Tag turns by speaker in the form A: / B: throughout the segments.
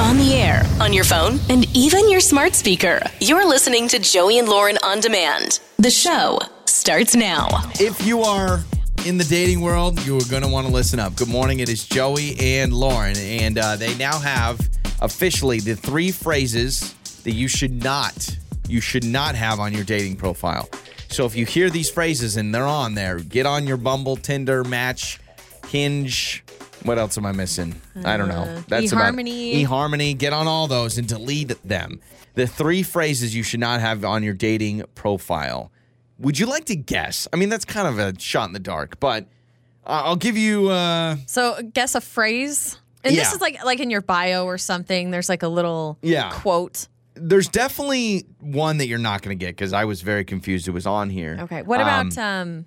A: on the air, on your phone, and even your smart speaker. You're listening to Joey and Lauren on demand. The show starts now.
B: If you are in the dating world, you are going to want to listen up. Good morning. It is Joey and Lauren, and uh, they now have officially the three phrases that you should not you should not have on your dating profile. So if you hear these phrases and they're on there, get on your Bumble, Tinder, Match, Hinge. What else am I missing? I don't know. That's
C: eHarmony.
B: about eHarmony. Get on all those and delete them. The three phrases you should not have on your dating profile. Would you like to guess? I mean, that's kind of a shot in the dark, but I- I'll give you. Uh,
C: So guess a phrase. And
B: Yeah.
C: this is like like in your bio or something. There's like a little
B: Yeah.
C: quote.
B: there's definitely one that you're not going to get because I was very confused. It was on here.
C: Okay. What about uh, um,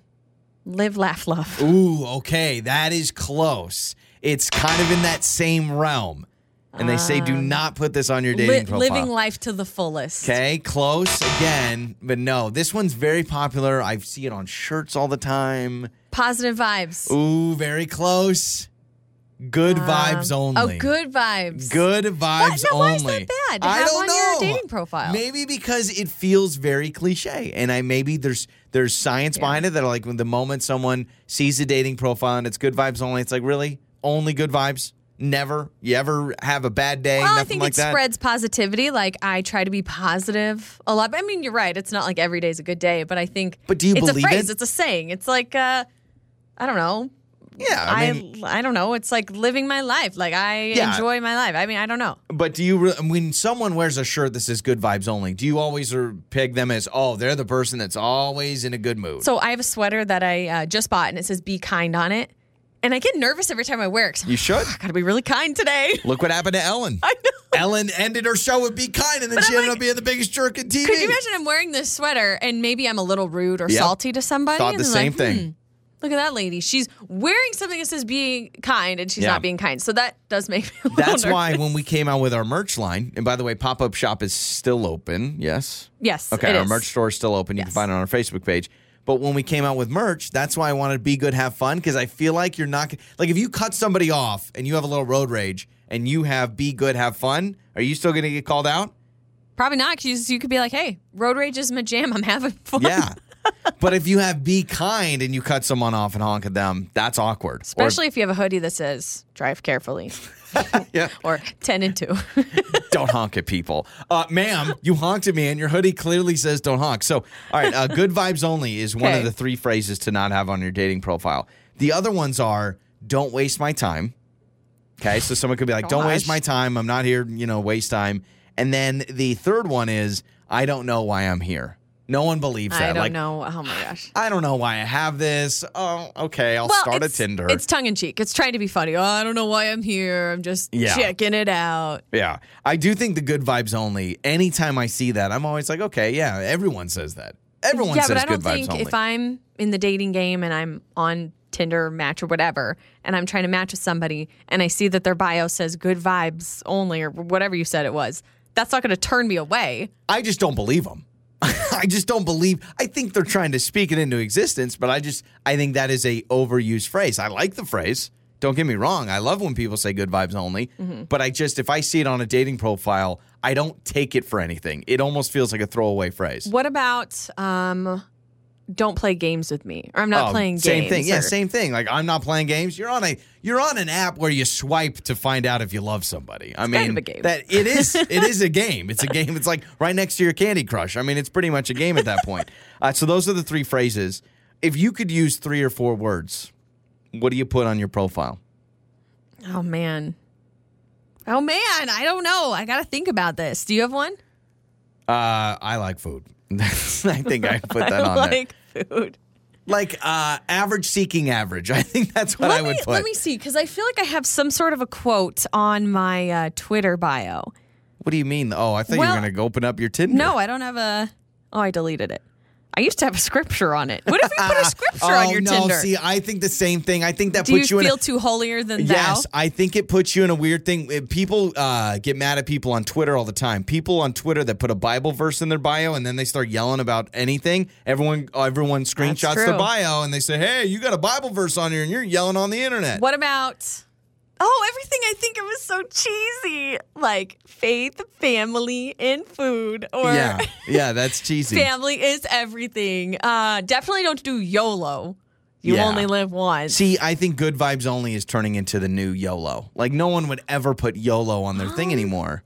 C: live, laugh, love?
B: Ooh, okay, that is close. It's kind of in that same realm, and they say do not put this on your dating
C: Um, Li-
B: profile.
C: living life to the fullest.
B: Okay, close again, but no. This one's very popular. I see it on shirts all the time.
C: Positive vibes.
B: Ooh, very close. Good vibes only.
C: Oh, good vibes.
B: Good vibes
C: No, why
B: only.
C: is that bad to
B: I
C: have
B: don't
C: on your
B: know.
C: dating profile?
B: Maybe because it feels very cliche, and I maybe there's there's science behind it that like when the moment someone sees a dating profile and it's good vibes only, it's like really only good vibes. Never you ever have a bad day.
C: Well,
B: nothing
C: Oh, I think
B: like
C: it
B: that.
C: spreads positivity. Like I try to be positive a lot. But, I mean, you're right. It's not like every day's a good day, but I think.
B: But do you
C: it's
B: believe
C: a phrase?
B: it?
C: It's a saying. It's like uh, I don't know.
B: Yeah, I,
C: I,
B: mean,
C: I don't know. It's like living my life. Like I
B: Yeah.
C: enjoy my life. I mean, I don't know.
B: But do you re- when someone wears a shirt that says "Good Vibes Only"? Do you always er, peg them as oh they're the person that's always in a good mood?
C: So I have a sweater that I uh, just bought, and it says "Be kind" on it, and I get nervous every time I wear it. 'cause I'm
B: you should
C: like, I gotta be really kind today.
B: look what happened to Ellen.
C: I know.
B: Ellen ended her show with "Be kind," and then she ended up being the biggest jerk in TV.
C: Could you imagine I'm wearing this sweater and maybe I'm a little rude or
B: Yep.
C: salty to somebody?
B: Thought
C: and
B: the
C: they're
B: same
C: like,
B: thing.
C: "Hmm, Look at that lady. She's wearing something that says being kind and she's
B: Yeah.
C: not being kind. So that does make me a little
B: That's
C: nervous.
B: why when we came out with our merch line, and by the way, pop up shop is still open. Yes.
C: Yes.
B: Okay,
C: it
B: our
C: is.
B: merch store is still open. You can
C: Yes.
B: find it on our Facebook page. But when we came out with merch, that's why I wanted to be good, have fun, because I feel like you're not like if you cut somebody off and you have a little road rage and you have be good, have fun, are you still going to get called out?
C: Probably not because you could be like, hey, road rage is my jam. I'm having fun.
B: Yeah. but if you have be kind and you cut someone off and honk at them, that's awkward. Or-
C: Especially if you have a hoodie that says drive carefully
B: yeah.
C: or 10 and 2.
B: don't honk at people. Uh, ma'am, you honked at me, and your hoodie clearly says don't honk. So, all right, uh, good vibes only is one of
C: Okay.
B: the three phrases to not have on your dating profile. The other ones are don't waste my time. Okay, so someone could be like, don't waste
C: Gosh.
B: my time. I'm not here, you know, waste time. And then the third one is, I don't know why I'm here. No one believes that.
C: I don't
B: like,
C: know. Oh my gosh.
B: I don't know why I have this. Oh, okay, I'll start a
C: it's,
B: Tinder.
C: It's tongue in cheek. It's trying to be funny. Oh, I don't know why I'm here. I'm just
B: Yeah.
C: checking it out.
B: Yeah. I do think the good vibes only. Anytime I see that, I'm always like, okay, yeah, everyone says that. Everyone
C: yeah,
B: says
C: but I
B: good
C: don't
B: vibes
C: think
B: only.
C: if I'm in the dating game and I'm on Tinder or Match or whatever, and I'm trying to match with somebody, and I see that their bio says good vibes only or whatever you said it was, that's not going to turn me away.
B: I just don't believe them. I just don't believe. I think they're trying to speak it into existence, but I just I think that is a overused phrase. I like the phrase. Don't get me wrong. I love when people say good vibes only,
C: Mm-hmm.
B: but I just if I see it on a dating profile, I don't take it for anything. It almost feels like a throwaway phrase.
C: What about um, don't play games with me, or I'm not
B: Oh,
C: playing games?
B: same thing. Yeah,
C: or-
B: same thing. Like I'm not playing games. You're on a you're on an app where you swipe to find out if you love somebody. I mean,
C: kind of a game.
B: that it is it is a game. It's a game. It's like right next to your Candy Crush. I mean, it's pretty much a game at that point. Uh, so those are the three phrases. If you could use three or four words, what do you put on your profile?
C: Oh man. Oh man, I don't know. I gotta think about this. Do you have one?
B: Uh, I like food. I think I put that on there.
C: like food.
B: Like uh, average seeking average. I think that's what
C: let
B: I would
C: me,
B: put.
C: Let me see, because I feel like I have some sort of a quote on my uh, Twitter bio.
B: what do you mean? Oh, I thought you
C: Well-
B: were going to open up your Tinder.
C: No, I don't have a. Oh, I deleted it. I used to have a scripture on it. What if you put a scripture on
B: Oh,
C: your
B: no,
C: Tinder?
B: See, I think the same thing. I think that
C: Do you,
B: puts you, in.
C: feel
B: a,
C: too holier than
B: yes,
C: thou?
B: I think it puts you in a weird thing. Uh, People uh, get mad at people on Twitter all the time. People on Twitter that put a Bible verse in their bio and then they start yelling about anything. Everyone, everyone screenshots their
C: true.
B: bio and they say, "Hey, you got a Bible verse on here, and you're yelling on the internet."
C: What about? Oh, everything I think of is so cheesy, like faith, family, and food, or
B: yeah, yeah, that's cheesy.
C: family is everything. Uh, definitely don't do YOLO. You
B: Yeah.
C: only live once.
B: See, I think good vibes only is turning into the new YOLO. Like no one would ever put YOLO on their thing anymore.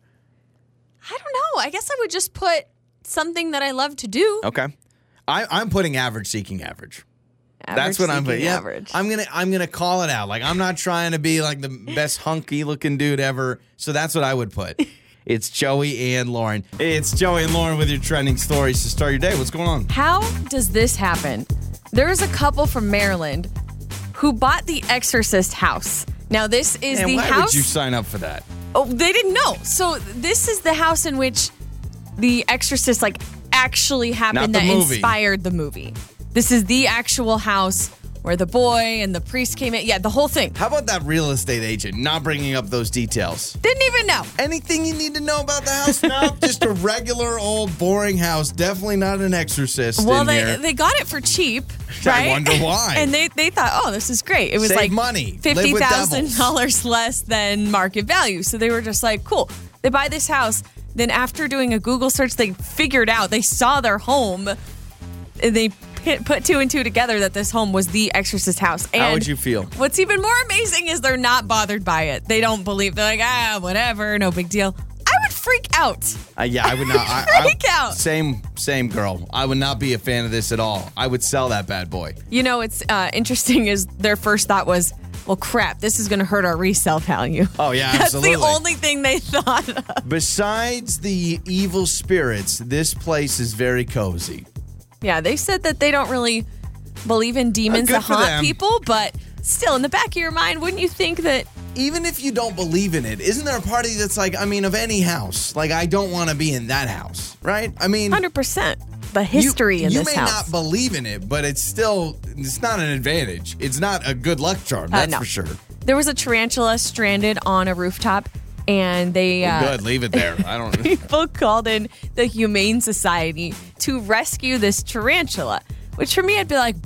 C: I don't know. I guess I would just put something that I love to do.
B: Okay. I, I'm putting average seeking average.
C: Average
B: That's what I'm
C: seeking
B: putting. Yeah,
C: average.
B: I'm gonna I'm gonna call it out. Like I'm not trying to be like the best hunky looking dude ever. So that's what I would put. It's Joey and Lauren. It's Joey and Lauren with your trending stories to start your day. What's going on?
C: How does this happen? There is a couple from Maryland who bought the Exorcist house. Now this is
B: And
C: the
B: why
C: house.
B: would you sign up for that?
C: oh, they didn't know. So this is the house in which the Exorcist like actually
B: Not
C: happened
B: the
C: that
B: movie.
C: inspired the movie. This is the actual house where the boy and the priest came in. Yeah, the whole thing.
B: How about that real estate agent not bringing up those details?
C: Didn't even know.
B: Anything you need to know about the house? No, just a regular old boring house. Definitely not an exorcist
C: Well,
B: in
C: they
B: here.
C: they got it for cheap,
B: I
C: right?
B: wonder why.
C: and they they thought, oh, this is great. It was
B: Save
C: like
B: money. Live with
C: fifty thousand dollars less than market value. So they were just like, cool. They buy this house. Then after doing a Google search, they figured out they saw their home, and they pi- put two and two together that this home was the Exorcist house. And
B: How would you feel?
C: What's even more amazing is they're not bothered by it. They don't believe. They're like, ah, whatever, no big deal. I would freak out.
B: Uh, yeah, I would not. I, I-
C: Freak out.
B: Same, same girl. I would not be a fan of this at all. I would sell that bad boy.
C: You know, it's uh, interesting. Is their first thought was, "Well, crap, this is going to hurt our resale value."
B: Oh yeah,
C: That's
B: absolutely.
C: the only thing they thought. Of.
B: Besides the evil spirits, this place is very cozy.
C: Yeah, they said that they don't really believe in demons
B: good
C: that
B: for
C: haunt
B: them.
C: people, but still, in the back of your mind, wouldn't you think that?
B: Even if you don't believe in it, isn't there a party that's like, I mean, of any house? Like, I don't want to be in that house, right? I mean,
C: Hundred percent, the
B: you-
C: history in
B: you
C: this
B: may
C: house.
B: not believe in it, but it's still, it's not an advantage. It's not a good luck charm, that's
C: Uh, no.
B: for sure.
C: there was a tarantula stranded on a rooftop, and they uh,
B: Oh, Good, leave it there. I don't.
C: people called in the Humane Society to rescue this tarantula, which for me, I'd be like,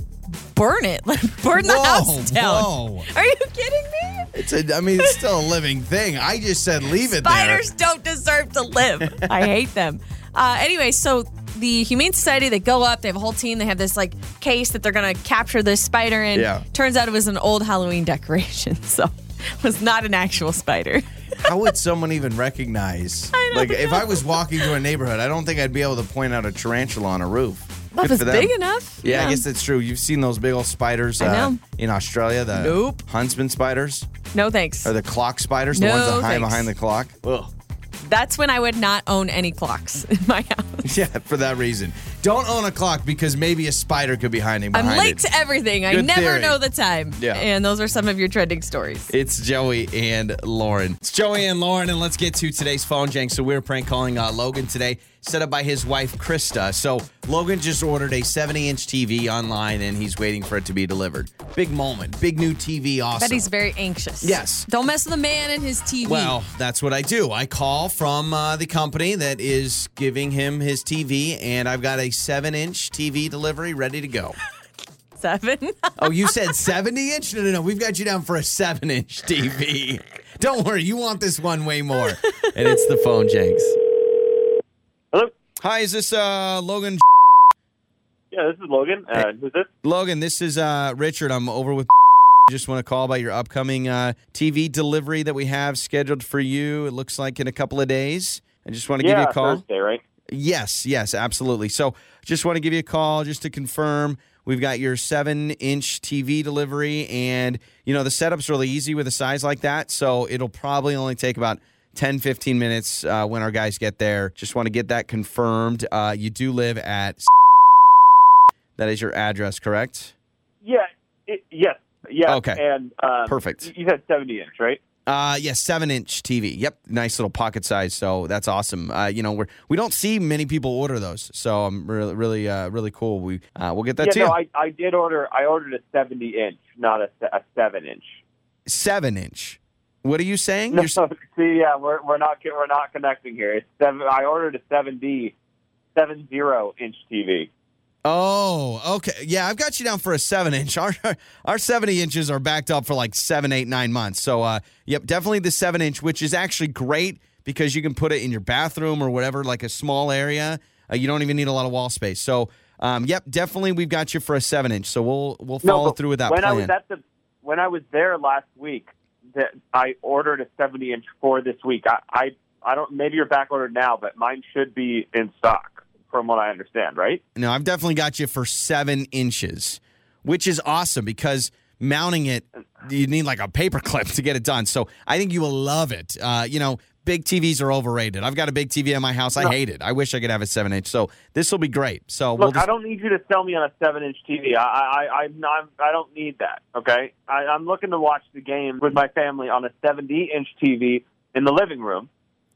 C: burn it. Like, burn the
B: Whoa,
C: house down.
B: whoa.
C: Are you kidding me?
B: It's a, I mean, it's still a living thing. I just said leave it there.
C: Spiders don't deserve to live. I hate them. Uh, anyway, so the Humane Society, they go up, they have a whole team, they have this like case that they're going to capture this spider in.
B: Yeah.
C: Turns out it was an old Halloween decoration. So it was not an actual spider.
B: How would someone even recognize? like, if I was walking through a neighborhood, I don't think I'd be able to point out a tarantula on a roof.
C: Well, if
B: Good
C: it's
B: for them.
C: big enough.
B: Yeah, I guess that's true. You've seen those big old spiders
C: I
B: uh,
C: know.
B: in Australia, the
C: Nope.
B: huntsman spiders
C: No thanks.
B: or the clock spiders, the
C: No,
B: ones that hide
C: thanks.
B: behind the clock. Ugh.
C: That's when I would not own any clocks in my house.
B: Yeah, for that reason. Don't own a clock because maybe a spider could be hiding
C: I'm
B: behind
C: late
B: it.
C: to everything. I
B: Good
C: never
B: theory.
C: know the time.
B: Yeah.
C: And those are some of your trending stories.
B: It's Joey and Lauren. It's Joey and Lauren, and let's get to today's phone jank. So we're prank calling uh, Logan today, set up by his wife Krista. So Logan just ordered a 70-inch TV online, and he's waiting for it to be delivered. Big moment, big new TV, awesome.
C: But he's very anxious.
B: Yes.
C: Don't mess with the man and his TV.
B: well, that's what I do. I call from uh, the company that is giving him his TV, and I've got a seven-inch TV delivery ready to go.
C: Seven.
B: Oh, you said 70 inch? No, no, no. We've got you down for a 7 inch TV. Don't worry. You want this one way more. And it's the phone janks.
D: Hello.
B: Hi, is this uh, Logan?
D: Yeah, this is Logan. Uh, who's this?
B: Logan, this is uh, Richard. I'm over with. Just want to call about your upcoming uh, TV delivery that we have scheduled for you. It looks like in a couple of days. I just want to give
D: yeah,
B: you a call.
D: Thursday, right?
B: Yes, yes, absolutely. So just want to give you a call just to confirm we've got your seven inch TV delivery. And, you know, the setup's really easy with a size like that. So it'll probably only take about 10, 15 minutes uh, when our guys get there. Just want to get that confirmed. Uh, you do live at. That is your address, correct?
D: Yeah. It, yes. Yeah.
B: Okay.
D: And um,
B: Perfect.
D: y- You said seventy inch, right?
B: Uh, yes, seven inch TV. Yep, nice little pocket size. So that's awesome. Uh, you know, we're we don't see many people order those. So I'm really, really, uh, really cool. We uh, we'll get that to
D: yeah.
B: you.
D: No, I, I did order. I ordered a seventy inch, not a, se- a seven inch.
B: seven inch. What are you saying?
D: No,
B: You're s-
D: see, yeah, we're we're not we're not connecting here. It's seven. I ordered a seventy, seven zero inch TV.
B: Oh, okay. Yeah, I've got you down for a seven inch. Our our seventy inches are backed up for like seven, eight, nine months. So, uh, yep, definitely the seven inch, which is actually great because you can put it in your bathroom or whatever, like a small area. Uh, you don't even need a lot of wall space. So, um, yep, definitely we've got you for a seven inch. So we'll we'll follow
E: but
B: through with that
E: when
B: plan.
E: I was at the when I was there last week, that I ordered a seventy inch for this week. I, I I don't maybe you're back ordered now, but mine should be in stock from what I understand, right?
B: No, I've definitely got you for seven inches, which is awesome because mounting it, you need like a paper clip to get it done. So I think you will love it. Uh, you know, big TVs are overrated. I've got a big TV in my house. I hate it. I wish I could have a seven inch. So this will be great. So we'll
E: Look,
B: just,
E: I don't need you to sell me on a seven-inch TV. I, I, I, I'm not, I don't need that. Okay, I, I'm looking to watch the game with my family on a 70-inch TV in the living room.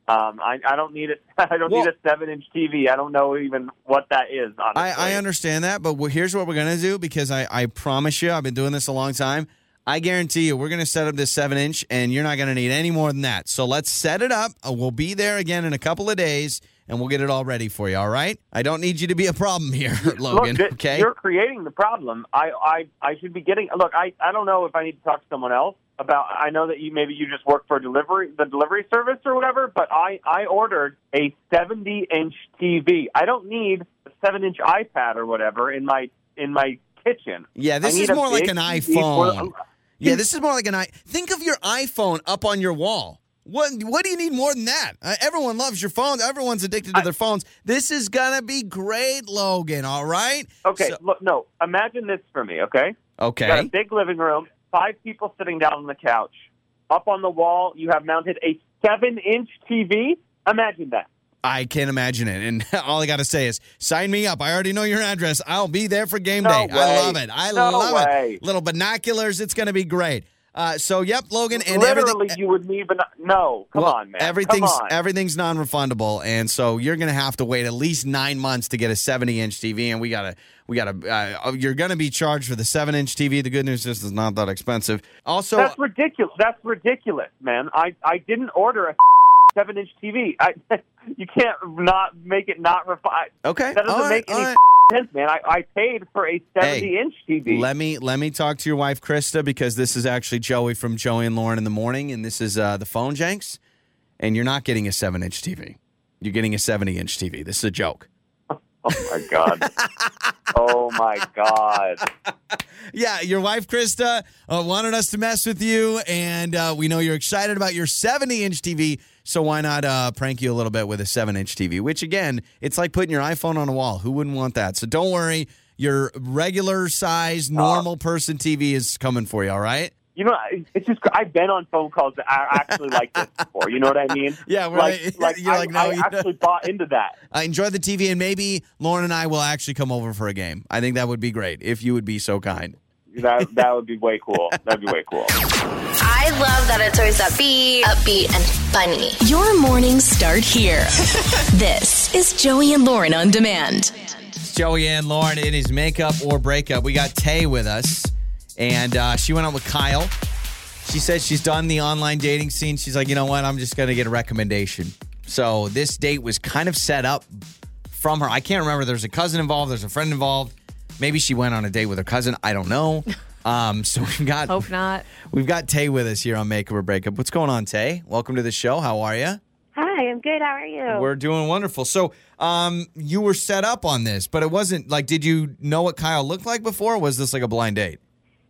E: Um, I, I don't need it. I don't
B: Well-
E: need a seven-inch TV. I don't know even what that is. Honestly,
B: I, I understand that, but we- here's what we're going to do because I, I promise you, I've been doing this a long time. I guarantee you, we're going to set up this seven inch and you're not going to need any more than that. So let's set it up. Uh, We'll be there again in a couple of days and we'll get it all ready for you. All right. I don't need you to be a problem here, Logan.
E: Look, th-
B: okay.
E: you're creating the problem. I, I, I should be getting. Look, I, I don't know if I need to talk to someone else about. I know that you maybe you just work for delivery, the delivery service or whatever. But I, I ordered a 70 inch TV. I don't need a seven inch iPad or whatever in my in my kitchen.
B: Yeah, this
E: I need
B: is
E: a
B: more like
E: big
B: an
E: TV for-
B: iPhone. yeah, this is more like an i. Think of your iPhone up on your wall. What What do you need more than that? Uh, everyone loves your phone. Everyone's addicted to their phones. This is gonna be great, Logan. All right.
E: okay,
B: So-
E: look, no. Imagine this for me, okay? You got a
B: okay.
E: big living room, five people sitting down on the couch. Up on the wall, you have mounted a seven inch TV. Imagine that.
B: I can't imagine it. And all I gotta say is, sign me up. I already know your address. I'll be there for game
E: No
B: day. I
E: way.
B: love it. I
E: No
B: love
E: way.
B: it. Little binoculars. It's gonna be great. Uh, so yep, Logan, and everything.
E: Literally, you would need, but not, no. Come
B: Well,
E: on, man.
B: Everything's
E: Come on.
B: everything's non-refundable, and so you're going to have to wait at least nine months to get a 70-inch TV. And we gotta, we gotta, uh, you're going to be charged for the seven-inch TV. The good news is it's not that expensive. Also,
E: That's ridiculous. That's ridiculous, man. I I didn't order a seven inch TV. I you can't not make it not refined.
B: okay,
E: That doesn't
B: all right,
E: make
B: all
E: any
B: right.
E: sense, man. I, I paid for a seventy inch TV.
B: Let me let me talk to your wife, Krista, because this is actually Joey from Joey and Lauren in the morning, and this is uh, the phone janks. And you're not getting a seven-inch TV. You're getting a 70-inch TV. This is a joke.
E: oh my god. oh my god.
B: Yeah, your wife Krista uh, wanted us to mess with you, and uh, we know you're excited about your 70 inch TV. So why not uh, prank you a little bit with a 7 inch TV? Which again, it's like putting your iPhone on a wall. Who wouldn't want that? So don't worry, your regular size, normal person TV is coming for you. All right.
E: You know, I- it's just I've been on phone calls that are actually like this before. You know what I mean?
B: Yeah, we're
E: like
B: like-
E: like,
B: you're
E: I,
B: like, no,
E: I
B: you-
E: actually bought into that.
B: Uh, enjoy the TV, and maybe Lauren and I will actually come over for a game. I think that would be great if you would be so kind.
E: That that would be way cool. That'd be way cool.
F: I love that it's always upbeat, upbeat, and funny.
A: Your mornings start here. this is Joey and Lauren on demand.
B: It's Joey and Lauren. It is makeup or breakup. We got Tay with us, and uh, she went out with Kyle. She said she's done the online dating scene. She's like, you know what? I'm just going to get a recommendation. So this date was kind of set up from her. I can't remember. There's a cousin involved. There's a friend involved. Maybe she went on a date with her cousin. I don't know. Um, so we've got
C: Hope not.
B: we've got Tay with us here on Makeup or Breakup. What's going on, Tay? Welcome to the show. How are you?
G: Hi, I'm good. How are you?
B: We're doing wonderful. So, um, you were set up on this, but it wasn't like, did you know what Kyle looked like before? Or was this like a blind date?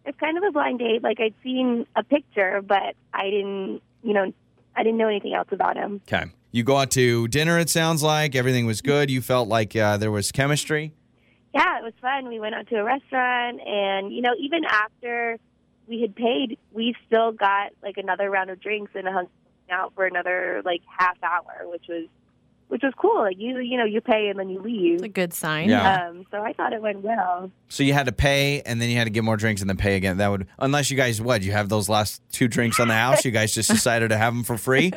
G: it's kind of a blind date. Like I'd seen a picture, but I didn't, you know, I didn't know anything else about him.
B: Okay. You go out to dinner, it sounds like. Everything was good. You felt like uh, there was chemistry.
G: Yeah, it was fun. We went out to a restaurant, and you know, even after we had paid, we still got like another round of drinks and hung out for another like half hour, which was which was cool. Like you, you know, you pay and then you leave.
C: It's a good sign.
B: Yeah.
G: Um, so I thought it went well.
B: So, you had to pay and then you had to get more drinks and then pay again. That would, unless you guys, what, you have those last two drinks on the house? You guys just decided to have them for free?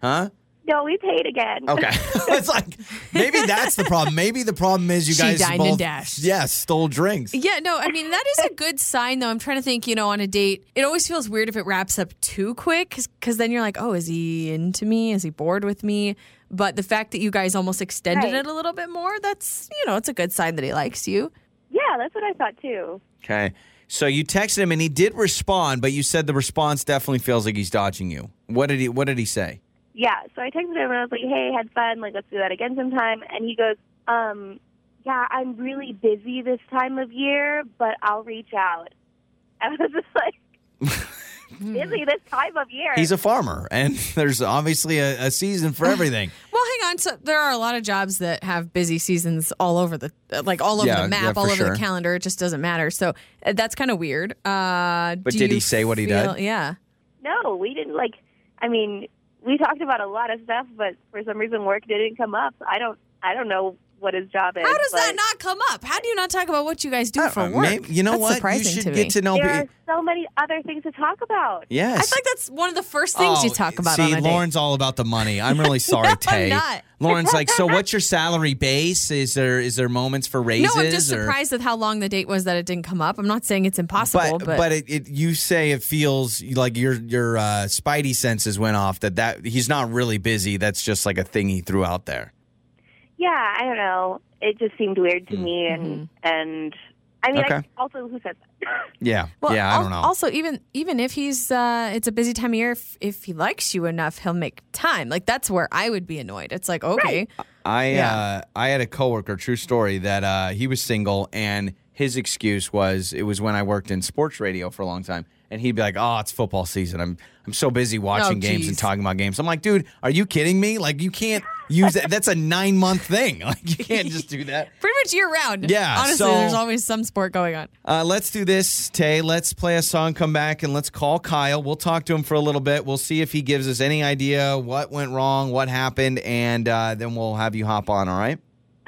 B: Huh? Oh.
G: No, we paid again.
B: Okay. it's like, Maybe that's the problem. Maybe the problem is you
C: She
B: guys
C: dined and
B: both,
C: dashed.
B: Yeah, stole drinks.
C: Yeah, no, I mean, that is a good sign, though. I'm trying to think, you know, on a date, it always feels weird if it wraps up too quick because then you're like, oh, is he into me? Is he bored with me? But the fact that you guys almost extended
G: Right.
C: it a little bit more, that's, you know, it's a good sign that he likes you.
G: Yeah, that's what I thought too.
B: Okay. So you texted him and he did respond, but you said the response definitely feels like he's dodging you. What did he what did he say?
G: Yeah, so I texted him and I was like, "Hey, had fun. Like, let's do that again sometime." And he goes, "Um, yeah, I'm really busy this time of year, but I'll reach out." And I was just like, "Busy this time of year?"
B: He's a farmer and there's obviously a, a season for everything.
C: Well, hang on. So there are a lot of jobs that have busy seasons all over the, uh, like all over
B: Yeah,
C: the map,
B: yeah, for
C: all over
B: sure.
C: the calendar. It just doesn't matter. So uh, that's kind of weird. Uh,
B: But
C: do
B: did he
C: you
B: say what he
C: feel-
B: did?
C: Yeah.
G: no, we didn't like. I mean, we talked about a lot of stuff, but for some reason, work didn't come up. I don't. I don't know what his job is.
C: How does
G: but
C: that not come up? How do you not talk about what you guys do for
B: Uh,
C: work?
B: may- you know
C: That's
B: what?
C: Surprising
B: you should
C: to me.
B: get to know
G: There
B: pe-
G: are so many other things to talk about.
B: Yes.
C: I feel like that's one of the first things you
B: Oh,
C: talk about
B: See,
C: on a date.
B: Lauren's all about the money. I'm really sorry, Tay.
C: not.
B: Lauren's like, so what's your salary base? Is there is there moments for
C: no,
B: raises?
C: I'm just
B: or-
C: surprised at how long the date was that it didn't come up. I'm not saying it's impossible,
B: But
C: but,
B: but it, it you say it feels like your your uh, spidey senses went off that that he's not really busy. That's just like a thing he threw out there.
G: Yeah, I don't know. It just seemed weird to me, and and I mean,
B: Hmm. Mm-hmm. Okay.
G: I, also who said that?
B: Yeah,
C: well,
B: yeah, I don't know.
C: al- Also, even even if he's uh, it's a busy time of year, if, if he likes you enough, he'll make time. Like that's where I would be annoyed. It's like okay,
B: I
C: Yeah.
B: uh, I had a coworker, true story, that uh, he was single, and his excuse was it was when I worked in sports radio for a long time, and he'd be like, "Oh, it's football season. I'm I'm so busy watching games and
C: Oh, geez.
B: talking about games." I'm like, "Dude, are you kidding me? Like, you can't use that. That's a nine month thing. Like, you can't just do that."
C: pretty much year round.
B: Yeah,
C: honestly,
B: so-
C: there's always some sport going on.
B: Uh, let's do this, Tay. Let's play a song, come back, and let's call Kyle. We'll talk to him for a little bit. We'll see if he gives us any idea what went wrong, what happened, and uh, then we'll have you hop on. All right.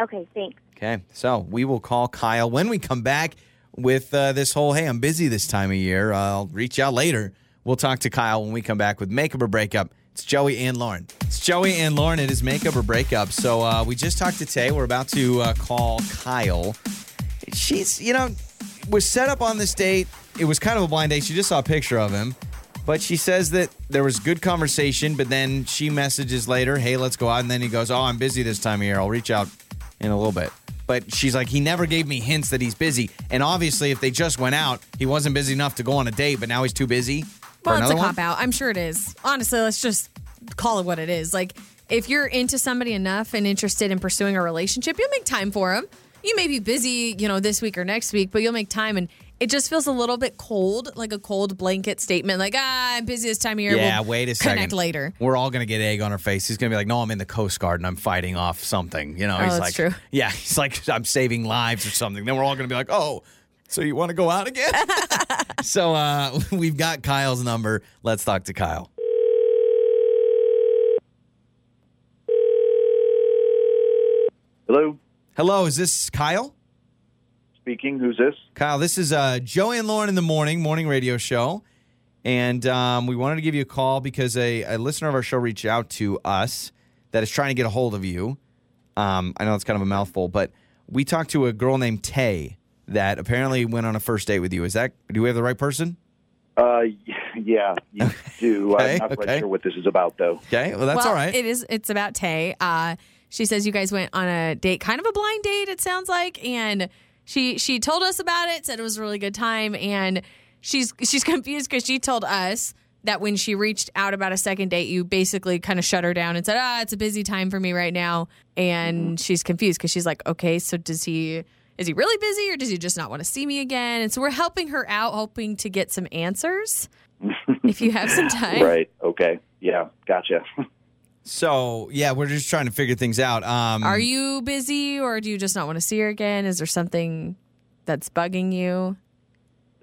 G: okay, thanks.
B: Okay, so we will call Kyle when we come back with uh, this whole hey, I'm busy this time of year. Uh, I'll reach out later. We'll talk to Kyle when we come back with Makeup or Breakup. It's Joey and Lauren. It's Joey and Lauren. It is Makeup or Breakup. So uh, we just talked to Tay. We're about to uh, call Kyle. She's, you know, was set up on this date. It was kind of a blind date. She just saw a picture of him. But she says that there was good conversation, but then she messages later, hey, let's go out. And then he goes, oh, I'm busy this time of year. I'll reach out in a little bit. But she's like, he never gave me hints that he's busy. And obviously, if they just went out, he wasn't busy enough to go on a date, but now he's too busy. for
C: Well, it's a
B: another one?
C: cop out. I'm sure it is. Honestly, let's just call it what it is. Like, if you're into somebody enough and interested in pursuing a relationship, you'll make time for them. You may be busy, you know, this week or next week, but you'll make time. And it just feels a little bit cold, like a cold blanket statement, like, ah, I'm busy this time of year.
B: Yeah,
C: We'll
B: wait a second.
C: connect later.
B: We're all gonna get egg on our face. He's gonna be like, "No, I'm in the Coast Guard and I'm fighting off something." You know, he's
C: Oh, that's
B: like,
C: true.
B: "Yeah, he's like, I'm saving lives or something." Then we're all gonna be like, "Oh, so you want to go out again?" so uh, we've got Kyle's number. Let's talk to Kyle.
E: Hello,
B: Hello, is this Kyle?
E: speaking. Who's this?
B: Kyle, this is uh, Joey and Lauren in the morning morning radio show, and um, we wanted to give you a call because a, a listener of our show reached out to us that is trying to get a hold of you. Um, I know it's kind of a mouthful, but we talked to a girl named Tay that apparently went on a first date with you. Is that do we have the right person?
E: Uh, yeah, you do.
B: Okay,
E: I'm not
B: okay.
E: quite sure what this is about, though.
B: Okay, well that's
C: well,
B: all right.
C: It is. It's about Tay. Uh, she says you guys went on a date, kind of a blind date. It sounds like, and she she told us about it. Said it was a really good time, and she's she's confused because she told us that when she reached out about a second date, you basically kind of shut her down and said, "Ah, it's a busy time for me right now," and she's confused because she's like, "Okay, so does he?" Is he really busy or does he just not want to see me again? And so we're helping her out, hoping to get some answers. if you have some time.
E: Right. Okay. Yeah. Gotcha.
B: so yeah, we're just trying to figure things out. Um,
C: Are you busy or do you just not want to see her again? Is there something that's bugging you?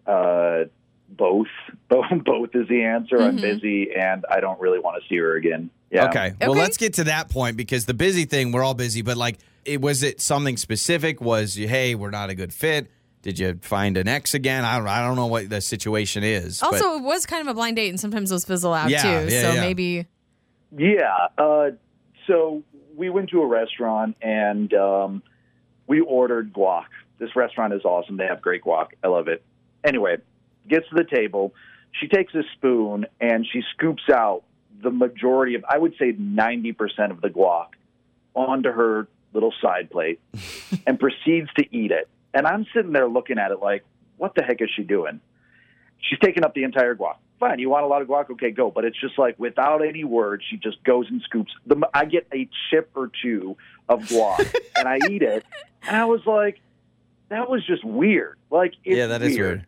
E: Uh, both. Both. Both is the answer. I'm busy, and I don't really want to see her again. Yeah.
B: Okay. Well,
C: Okay.
B: let's get to that point because the busy thing, we're all busy, but like, it was it something specific? Was you, hey, we're not a good fit? Did you find an ex again? I don't, I don't know what the situation is. but-
C: Also, it was kind of a blind date and sometimes those fizzle out
B: Yeah,
C: too.
B: yeah,
C: so
B: yeah.
C: maybe
E: Yeah. Uh, so we went to a restaurant and um, we ordered guac. This restaurant is awesome. They have great guac. I love it. Anyway, gets to the table. She takes a spoon and she scoops out the majority of, I would say 90% of the guac onto her little side plate and proceeds to eat it. And I'm sitting there looking at it like, what the heck is she doing? She's taking up the entire guac. Fine, you want a lot of guac? Okay, go. But it's just like without any words, she just goes and scoops. The, m- I get a chip or two of guac and I eat it. And I was like, that was just weird. Like, it's
B: yeah, that is weird.